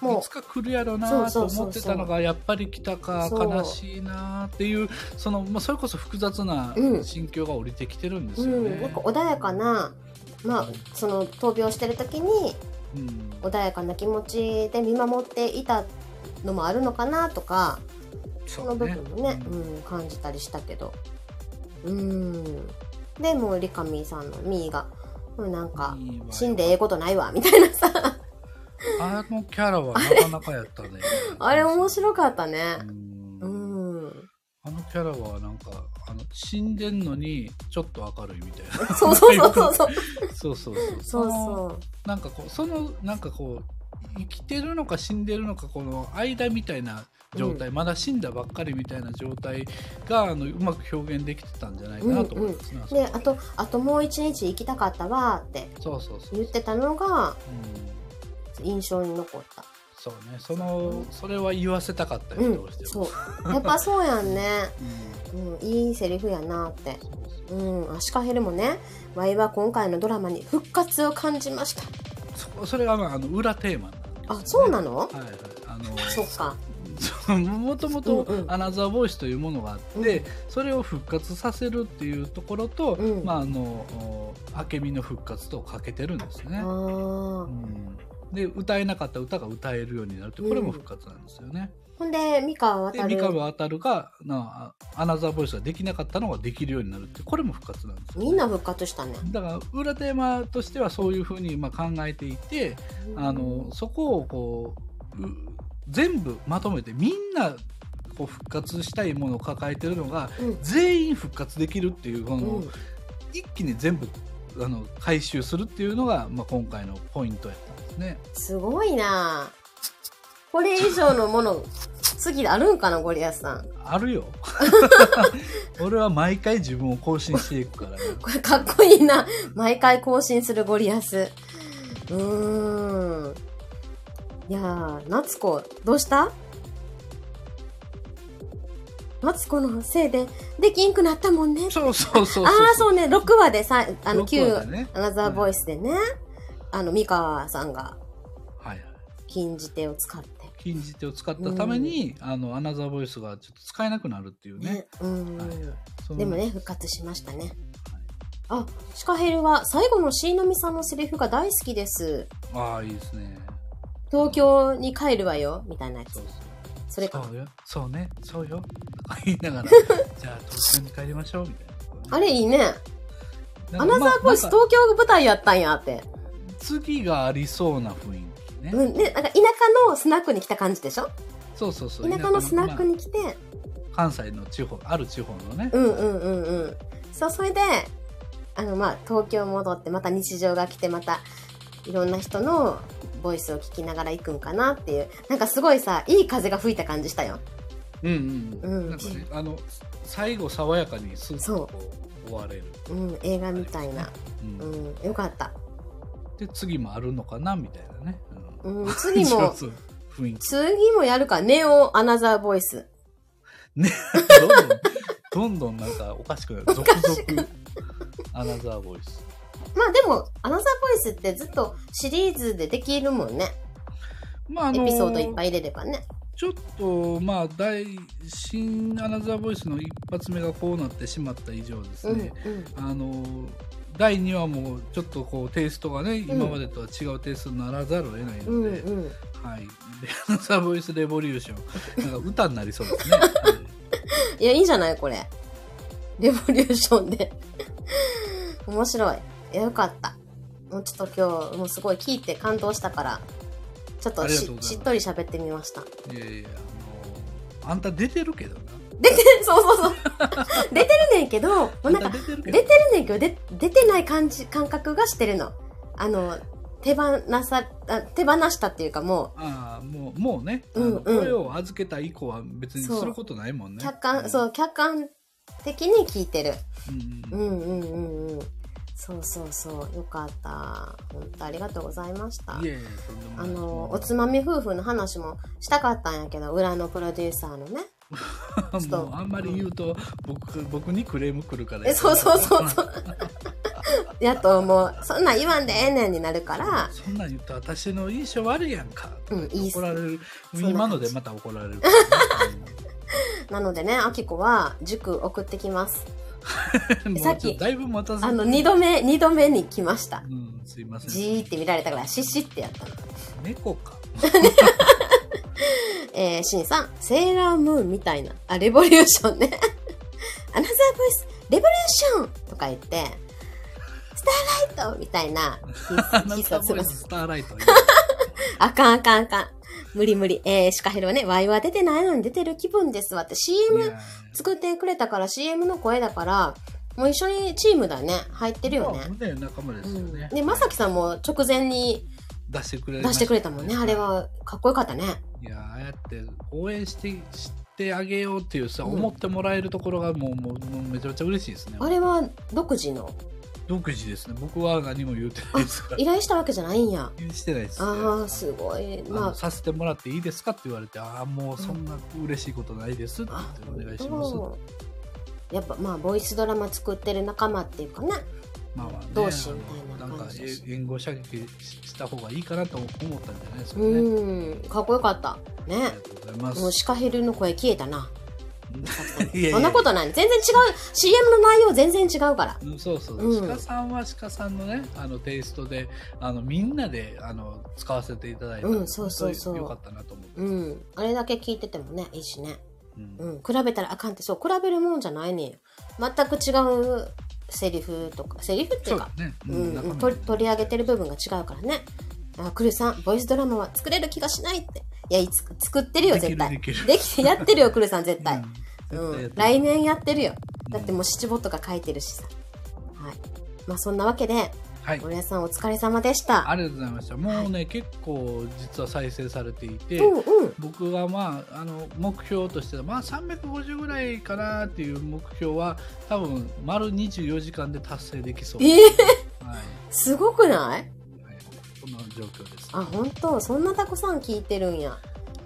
Speaker 1: も
Speaker 2: も
Speaker 1: う
Speaker 2: ういつか来るやろなと
Speaker 1: そうそうそうそう
Speaker 2: 思ってたのがやっぱり来たか
Speaker 1: そう
Speaker 2: 悲しいなっていうその、まあ、それこそ複雑な
Speaker 1: うん
Speaker 2: 心境が降りてきてるんです
Speaker 1: う
Speaker 2: よね。
Speaker 1: ん、なんか穏やかな、まあ、その闘病してる時に
Speaker 2: うん
Speaker 1: 穏やかな気持ちで見守っていたのもあるのかなとかその部分もね、
Speaker 2: うん
Speaker 1: うん、感じたりしたけどうんでもうリカミーさんのミーがもうなんか
Speaker 2: いいわ
Speaker 1: 死んでええことないわみ たいなさ
Speaker 2: あのキャラはなかなかやったね。
Speaker 1: あれ面白かったねう
Speaker 2: うん
Speaker 1: ん
Speaker 2: あのキャラはなんかあの死んでんのにちょっと明るいみたいな。
Speaker 1: そうそうそう そうそう
Speaker 2: そうそうそう。
Speaker 1: そう
Speaker 2: の
Speaker 1: そう
Speaker 2: なんかこうそのなんかこう生きてるのか死んでるのかこの間みたいな状態、まだ死んだばっかりみたいな状態があのうまく表現できてたんじゃないかなと思いますね。
Speaker 1: であと「あともう一日生きたかったわ」って
Speaker 2: そうそうそう。
Speaker 1: 言
Speaker 2: う
Speaker 1: ってたのが
Speaker 2: ん
Speaker 1: 印象に残った
Speaker 2: そうね、そのそれは言わせたかったよ、ど
Speaker 1: う
Speaker 2: うんして、も。
Speaker 1: そうやっぱそうやんね、
Speaker 2: うん
Speaker 1: うん、いいセリフやなって
Speaker 2: そうそう
Speaker 1: うんアシカヘルもね「ワイは今回のドラマに復活を感じました
Speaker 2: そそれが、まあ、あの裏テーマなんです
Speaker 1: あそ
Speaker 2: よね、」
Speaker 1: うなの、
Speaker 2: はいはいあの
Speaker 1: そっか
Speaker 2: そうもともと
Speaker 1: うんうん
Speaker 2: アナザーボイスというものがあって、
Speaker 1: うん
Speaker 2: それを復活させるっていうところと、
Speaker 1: うん
Speaker 2: まああの明美の復活とかけてるんです
Speaker 1: あ
Speaker 2: ね。う
Speaker 1: ー
Speaker 2: んで歌えなかった歌が歌えるようになるって
Speaker 1: うん
Speaker 2: これも復活なんですよね。
Speaker 1: ほんで三河
Speaker 2: で
Speaker 1: 渡
Speaker 2: 三
Speaker 1: る
Speaker 2: 河渡るがなあアナザーボイスができなかったのができるようになるってこれも復活なんですよ、
Speaker 1: みんな復活したね
Speaker 2: だから裏テーマとしてはそういうふうにまあ考えていて、あのそこをこうう全部まとめてみんなこう復活したいものを抱えてるのが
Speaker 1: うん
Speaker 2: 全員復活できるっていうこ
Speaker 1: う
Speaker 2: の、
Speaker 1: ん
Speaker 2: 一気に全部あの回収するっていうのが、まあ、今回のポイントやったんですね。
Speaker 1: すごいなこれ以上のもの次あるんかなゴリアスさん
Speaker 2: あるよ 俺は毎回自分を更新してい くからね、
Speaker 1: これかっこいいな毎回更新するゴリアスうーんいやー夏子どうした夏子のせいでできんくなったもんね
Speaker 2: そうそうそうそう
Speaker 1: ああそうね6話でさあの
Speaker 2: 六話
Speaker 1: 旧、
Speaker 2: でね
Speaker 1: アナザーボイスでね、あの美川さんが
Speaker 2: はいはい
Speaker 1: 禁じ手を使って
Speaker 2: 禁じ手を使ったために、あのアナザーボイスがちょっと使えなくなるっていうね
Speaker 1: ねうん、
Speaker 2: はいはいその
Speaker 1: でもね復活しましたねあシカヘルは最後の椎名美さんのセリフが大好きです
Speaker 2: ああいいですね
Speaker 1: 東京に帰るわよみたいなや
Speaker 2: そ
Speaker 1: つ
Speaker 2: うそう
Speaker 1: それか
Speaker 2: そうよそうねそうよ とか言い ながらじゃあ東京に帰りましょうみたいな
Speaker 1: あれいいね
Speaker 2: なんか
Speaker 1: アナザ
Speaker 2: まあ
Speaker 1: ーボイス
Speaker 2: なんか
Speaker 1: 東京舞台やったんやって
Speaker 2: 次がありそうな雰囲気ね、
Speaker 1: うんねなんか田舎のスナックに来た感じでしょ
Speaker 2: そうそうそう
Speaker 1: 田舎のスナック、
Speaker 2: ま
Speaker 1: に来て
Speaker 2: あ関西の地方ある地方のね、
Speaker 1: うんうんうんうんそうそれであのまあ東京戻ってまた日常が来てまたいろんな人のボイスを聞きながら行くんかなっていう。なんかすごいさ、いい風が吹いた感じしたよ。
Speaker 2: うんうん、
Speaker 1: うん
Speaker 2: なんかねあの最後爽やかにスッとこう終われる、
Speaker 1: うん、映画みたいな。
Speaker 2: うん
Speaker 1: うん、よかった。
Speaker 2: で次もあるのかなみたいなね、うん
Speaker 1: うん、 次も、
Speaker 2: そうそう雰囲気
Speaker 1: 次もやるか、ネオアナザーボイス。
Speaker 2: どんどんどんどんなんかおかしくなる続々アナザーボイス
Speaker 1: まあでも、アナザーボイスってずっとシリーズでできるもんね。
Speaker 2: まああ
Speaker 1: エ
Speaker 2: の
Speaker 1: ピソードいっぱい入れればね。
Speaker 2: ちょっとまあ第新アナザーボイスの一発目がこうなってしまった以上です
Speaker 1: うん、う
Speaker 2: ね、
Speaker 1: ん。
Speaker 2: あの第2話もちょっとこうテイストがね、
Speaker 1: ん
Speaker 2: 今までとは違うテイストにならざるを得ないので、
Speaker 1: うん、うん。
Speaker 2: はい。でアナザーボイスレボリュー ション。なんか歌になりそうですね。はい
Speaker 1: いや、いいんじゃないこれ。レボリューションで。 面白い。いや、よかった。もうちょっと今日、もうすごい聞いて感動したから、ちょっ
Speaker 2: あ
Speaker 1: と
Speaker 2: りがと
Speaker 1: し
Speaker 2: うございます
Speaker 1: しっとり喋ってみました。
Speaker 2: いやいや、あの、あんた出てるけどな。
Speaker 1: そうそうそう。出てるねんけど、も
Speaker 2: あ
Speaker 1: うなんか、
Speaker 2: 出てる
Speaker 1: 出てるねんけど、で出てない感じ、感覚がしてるの。あの、手放さ、あ手放したっていうかも
Speaker 2: ああ、もう、もうね、あ
Speaker 1: うん
Speaker 2: の
Speaker 1: うん
Speaker 2: 声を預けた以降は別に
Speaker 1: そう
Speaker 2: することないもん
Speaker 1: う、
Speaker 2: ね。
Speaker 1: 客観、
Speaker 2: う
Speaker 1: そう、客観的に聞いてる。
Speaker 2: ん。
Speaker 1: う
Speaker 2: う
Speaker 1: ん
Speaker 2: う
Speaker 1: ん
Speaker 2: ん
Speaker 1: うんうんうん。そうそうそう。よかった。本当ありがとうございました
Speaker 2: い。やいや、とんでもな
Speaker 1: あ
Speaker 2: いです
Speaker 1: の、おつまみ夫婦の話もしたかったんやけど、裏のプロデューサーのね。
Speaker 2: もう
Speaker 1: ちょっと
Speaker 2: もうあんまり言うと、僕、 僕にクレーム来るから。
Speaker 1: え、そうそうそうそう。やと思う。そんなん言わんでええねんになるから、
Speaker 2: そんなん言うと私の印象悪いやんか。
Speaker 1: うんいいっす
Speaker 2: 怒られる。
Speaker 1: そんな感じ
Speaker 2: 今のでまた怒られるからね。
Speaker 1: なのでね、あきこは塾送ってきます。
Speaker 2: うんも う
Speaker 1: さっき
Speaker 2: ちょとだいぶ待たせ
Speaker 1: あの、二度目、二度目に来ました。
Speaker 2: うん、すいません。
Speaker 1: じーって見られたから、シッシッってやったの。
Speaker 2: 猫か。
Speaker 1: えー、シンさん、セーラームーンみたいな。あ、レボリューションね。 アナザーボイス、レボリューションとか言って、スターライトみたい な
Speaker 2: あ
Speaker 1: キス
Speaker 2: な
Speaker 1: キス
Speaker 2: た
Speaker 1: をす
Speaker 2: ボ
Speaker 1: る
Speaker 2: イ。ススターライト。
Speaker 1: あかんあかんあかん。無理無理。えー、シカヘルはね、ワイは出てないのに出てる気分ですわって。
Speaker 2: い
Speaker 1: CM
Speaker 2: や
Speaker 1: 作ってくれたから、CM の声だから、もう一緒にチームだね。入ってるよ
Speaker 2: まあ
Speaker 1: ね。
Speaker 2: ね、仲間で
Speaker 1: う
Speaker 2: すよ
Speaker 1: ん
Speaker 2: ね。
Speaker 1: で、まさきさんも直前に
Speaker 2: 出してくれ
Speaker 1: 出
Speaker 2: ま
Speaker 1: してくれたもんね。あれ。はかっこよかったね。
Speaker 2: いや、ああやって応援して、知ってあげようっていうさ、
Speaker 1: うん
Speaker 2: 思ってもらえるところがもう、もう、もうめちゃめちゃ嬉しいですね。
Speaker 1: あれは独自の。
Speaker 2: 独自ですね。僕は何も言うてないですから
Speaker 1: 依。頼したわけじゃないんや。
Speaker 2: 気にしてないです、ね。
Speaker 1: ああ、すごい。
Speaker 2: あの
Speaker 1: まあ、
Speaker 2: させてもらっていいですかって言われて、ああ、もうそんな嬉しいことないですって
Speaker 1: あ
Speaker 2: 言ってお願いします。
Speaker 1: 本当やっぱまあ、ボイスドラマ作ってる仲間っていうかね。
Speaker 2: まあまあね、
Speaker 1: 同志みたいな
Speaker 2: なんか
Speaker 1: 感じだし
Speaker 2: え援護射撃した方がいいかなと思ったんじゃないですかね。
Speaker 1: うん、かっこよかった。
Speaker 2: あ
Speaker 1: ね
Speaker 2: り。がとうございま
Speaker 1: もう
Speaker 2: す。
Speaker 1: シカヘルの声消えたな。
Speaker 2: いやいや
Speaker 1: そんなことない。全然違う。CM の内容全然違うから。
Speaker 2: うんそうそう、
Speaker 1: うん
Speaker 2: 鹿さんは鹿さんのねあのテイストであのみんなであの使わせていただいた
Speaker 1: うんそうそうそう
Speaker 2: よかったなと思って、
Speaker 1: うん。あれだけ聞いててもね、いいしね。
Speaker 2: うん
Speaker 1: うん。比べたらあかんって、そう、比べるもんじゃないねんよ全く違うセリフとか、セリフってい
Speaker 2: そう
Speaker 1: うか
Speaker 2: だ、ね、
Speaker 1: うん
Speaker 2: 中
Speaker 1: う
Speaker 2: 身
Speaker 1: ん、取り取り上げてる部分が違うからね。あ、クルさん、ボイスドラマは作れる気がしないって。いや、いつ作ってるよ、絶対。
Speaker 2: できるで
Speaker 1: で
Speaker 2: きる
Speaker 1: きて、やってるよ、クルさん、絶対。
Speaker 2: うん
Speaker 1: うん。
Speaker 2: 絶対
Speaker 1: 来
Speaker 2: やってる
Speaker 1: 年やってるよ。だって
Speaker 2: うん
Speaker 1: もう七五とか書いてるしさ。はい。まあ、そんなわけで、
Speaker 2: はい
Speaker 1: ゴリラさんお疲れ様でした。
Speaker 2: ありがとうございましたもうね、結構実は再生されていて、
Speaker 1: うんうん。
Speaker 2: 僕はまああの目標としては、まあ、350ぐらいかなっていう目標は多分丸24時間で達成できそう
Speaker 1: ええ
Speaker 2: はい
Speaker 1: すごくない
Speaker 2: はい、こんな状況です
Speaker 1: あ、本当そんなたくさん聞いてるんや。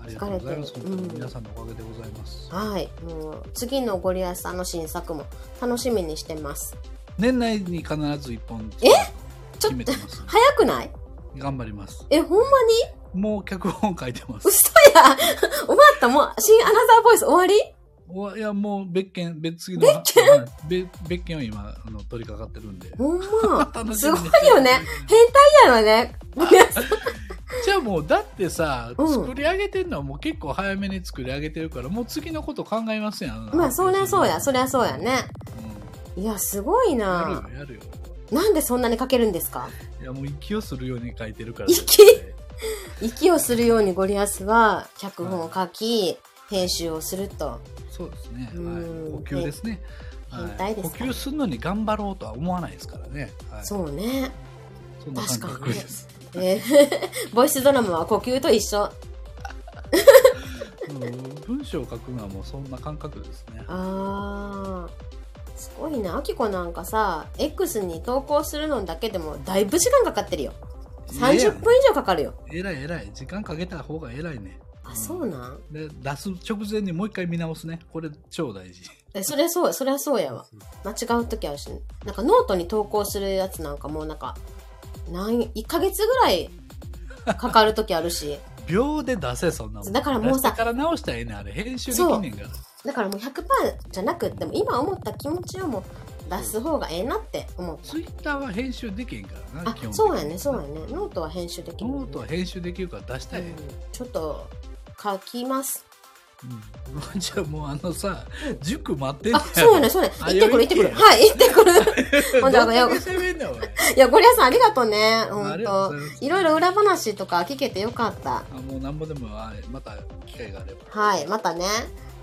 Speaker 2: ありがとうございます
Speaker 1: 疲れ
Speaker 2: 本
Speaker 1: て
Speaker 2: 当
Speaker 1: る
Speaker 2: に皆さんのおかげでございます、
Speaker 1: はい。もう、次のゴリラさんの新作も楽しみにしてます。
Speaker 2: 年内に必ず1本
Speaker 1: えちょ
Speaker 2: 決
Speaker 1: っ
Speaker 2: め
Speaker 1: と
Speaker 2: て、ます
Speaker 1: 早くない
Speaker 2: 頑張ります
Speaker 1: え、ほんまに
Speaker 2: もう脚本書いてます
Speaker 1: 嘘や終わったもう、新アナザーボイス終わり
Speaker 2: おいやもう別件別次の
Speaker 1: 別
Speaker 2: 件別別件を今あの取り掛かってるんで
Speaker 1: ほんま。
Speaker 2: 楽し
Speaker 1: す
Speaker 2: み
Speaker 1: ご
Speaker 2: に
Speaker 1: いよね。変態やろね。
Speaker 2: じゃあもうだってさ、
Speaker 1: うん
Speaker 2: 作り上げてるのはもう結構早めに作り上げてるからもう次のこと考えますやん
Speaker 1: まあ、そりゃそうや、そりゃそうやね。
Speaker 2: う
Speaker 1: いや、すごい
Speaker 2: ん、や
Speaker 1: な
Speaker 2: るよやるよ
Speaker 1: なんでそんなに書けるんですか
Speaker 2: いやもう息をするように書いてるから
Speaker 1: 息息をするようにゴリアスは脚本を書き、編集をすると。
Speaker 2: そうですね、
Speaker 1: うん
Speaker 2: はい、呼吸ですね
Speaker 1: 変態です
Speaker 2: は
Speaker 1: か
Speaker 2: い、呼吸するのに頑張ろうとは思わないですからね、はい、
Speaker 1: そうね。
Speaker 2: そんな感覚です
Speaker 1: えーボイスドラマは呼吸と一緒。
Speaker 2: うん文章を書くのはもうそんな感覚ですね。
Speaker 1: あーすごいな。あきこなんかさ、X に投稿するのだけでもだいぶ時間かかってるよ。30分以上かかるよ。
Speaker 2: えらいえらい。時間かけた方がえらいね。
Speaker 1: あ、そうなん
Speaker 2: で出す直前にもう一回見直すね。これ超大事。
Speaker 1: えそりゃそう、そりゃそうやわ。間違う時あるし、なんかノートに投稿するやつなんかもうなんか、何、1ヶ月ぐらいかかる時あるし、
Speaker 2: 秒で出せ、そんなもん。
Speaker 1: だからもうさ
Speaker 2: 出してから直したらええねんあれ。編集できんねんから。
Speaker 1: だからもう100%じゃなくっても、今思った気持ちをもう出す方がええなって思った。
Speaker 2: ツイッターは編集できへんからな。
Speaker 1: あ
Speaker 2: 基本的、に
Speaker 1: そうやね、そうやね。ノートは編集できるもんね、
Speaker 2: ノートは編集できるから出したい、
Speaker 1: うんちょっと書きます。
Speaker 2: うんじゃあもうあのさ塾待ってんね
Speaker 1: あ、そうやね、そうやね。
Speaker 2: あ
Speaker 1: 行ってくる、行って
Speaker 2: よい
Speaker 1: く
Speaker 2: け
Speaker 1: る。はい、行ってくる。ほん
Speaker 2: ん
Speaker 1: で
Speaker 2: ど
Speaker 1: あの
Speaker 2: んだけ喋んねんおい
Speaker 1: いや、ゴリアさんありがとうね。ほ
Speaker 2: あ
Speaker 1: ん
Speaker 2: りがとう
Speaker 1: と
Speaker 2: ございます
Speaker 1: いろいろ裏話とか聞けてよかった。
Speaker 2: あもうなんぼでもあまた機会があれば
Speaker 1: はい、またね。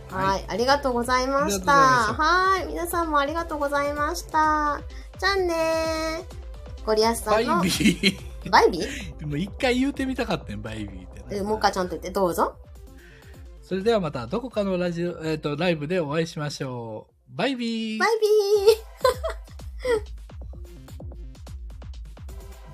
Speaker 1: はい、
Speaker 2: は
Speaker 1: ありがとうございました。
Speaker 2: ありがとうご
Speaker 1: はい、皆さんもありがとうございました。じゃあねー。ゴリアスさ
Speaker 2: バ
Speaker 1: ん
Speaker 2: イ
Speaker 1: の
Speaker 2: ビー
Speaker 1: バイビー
Speaker 2: もう一回言うてみたかったんバイビーって
Speaker 1: え
Speaker 2: な
Speaker 1: もう一回ちゃんと言って、どうぞ。
Speaker 2: それではまたどこかのラジオ、えっとライブでお会いしましょうバイビー
Speaker 1: バイビー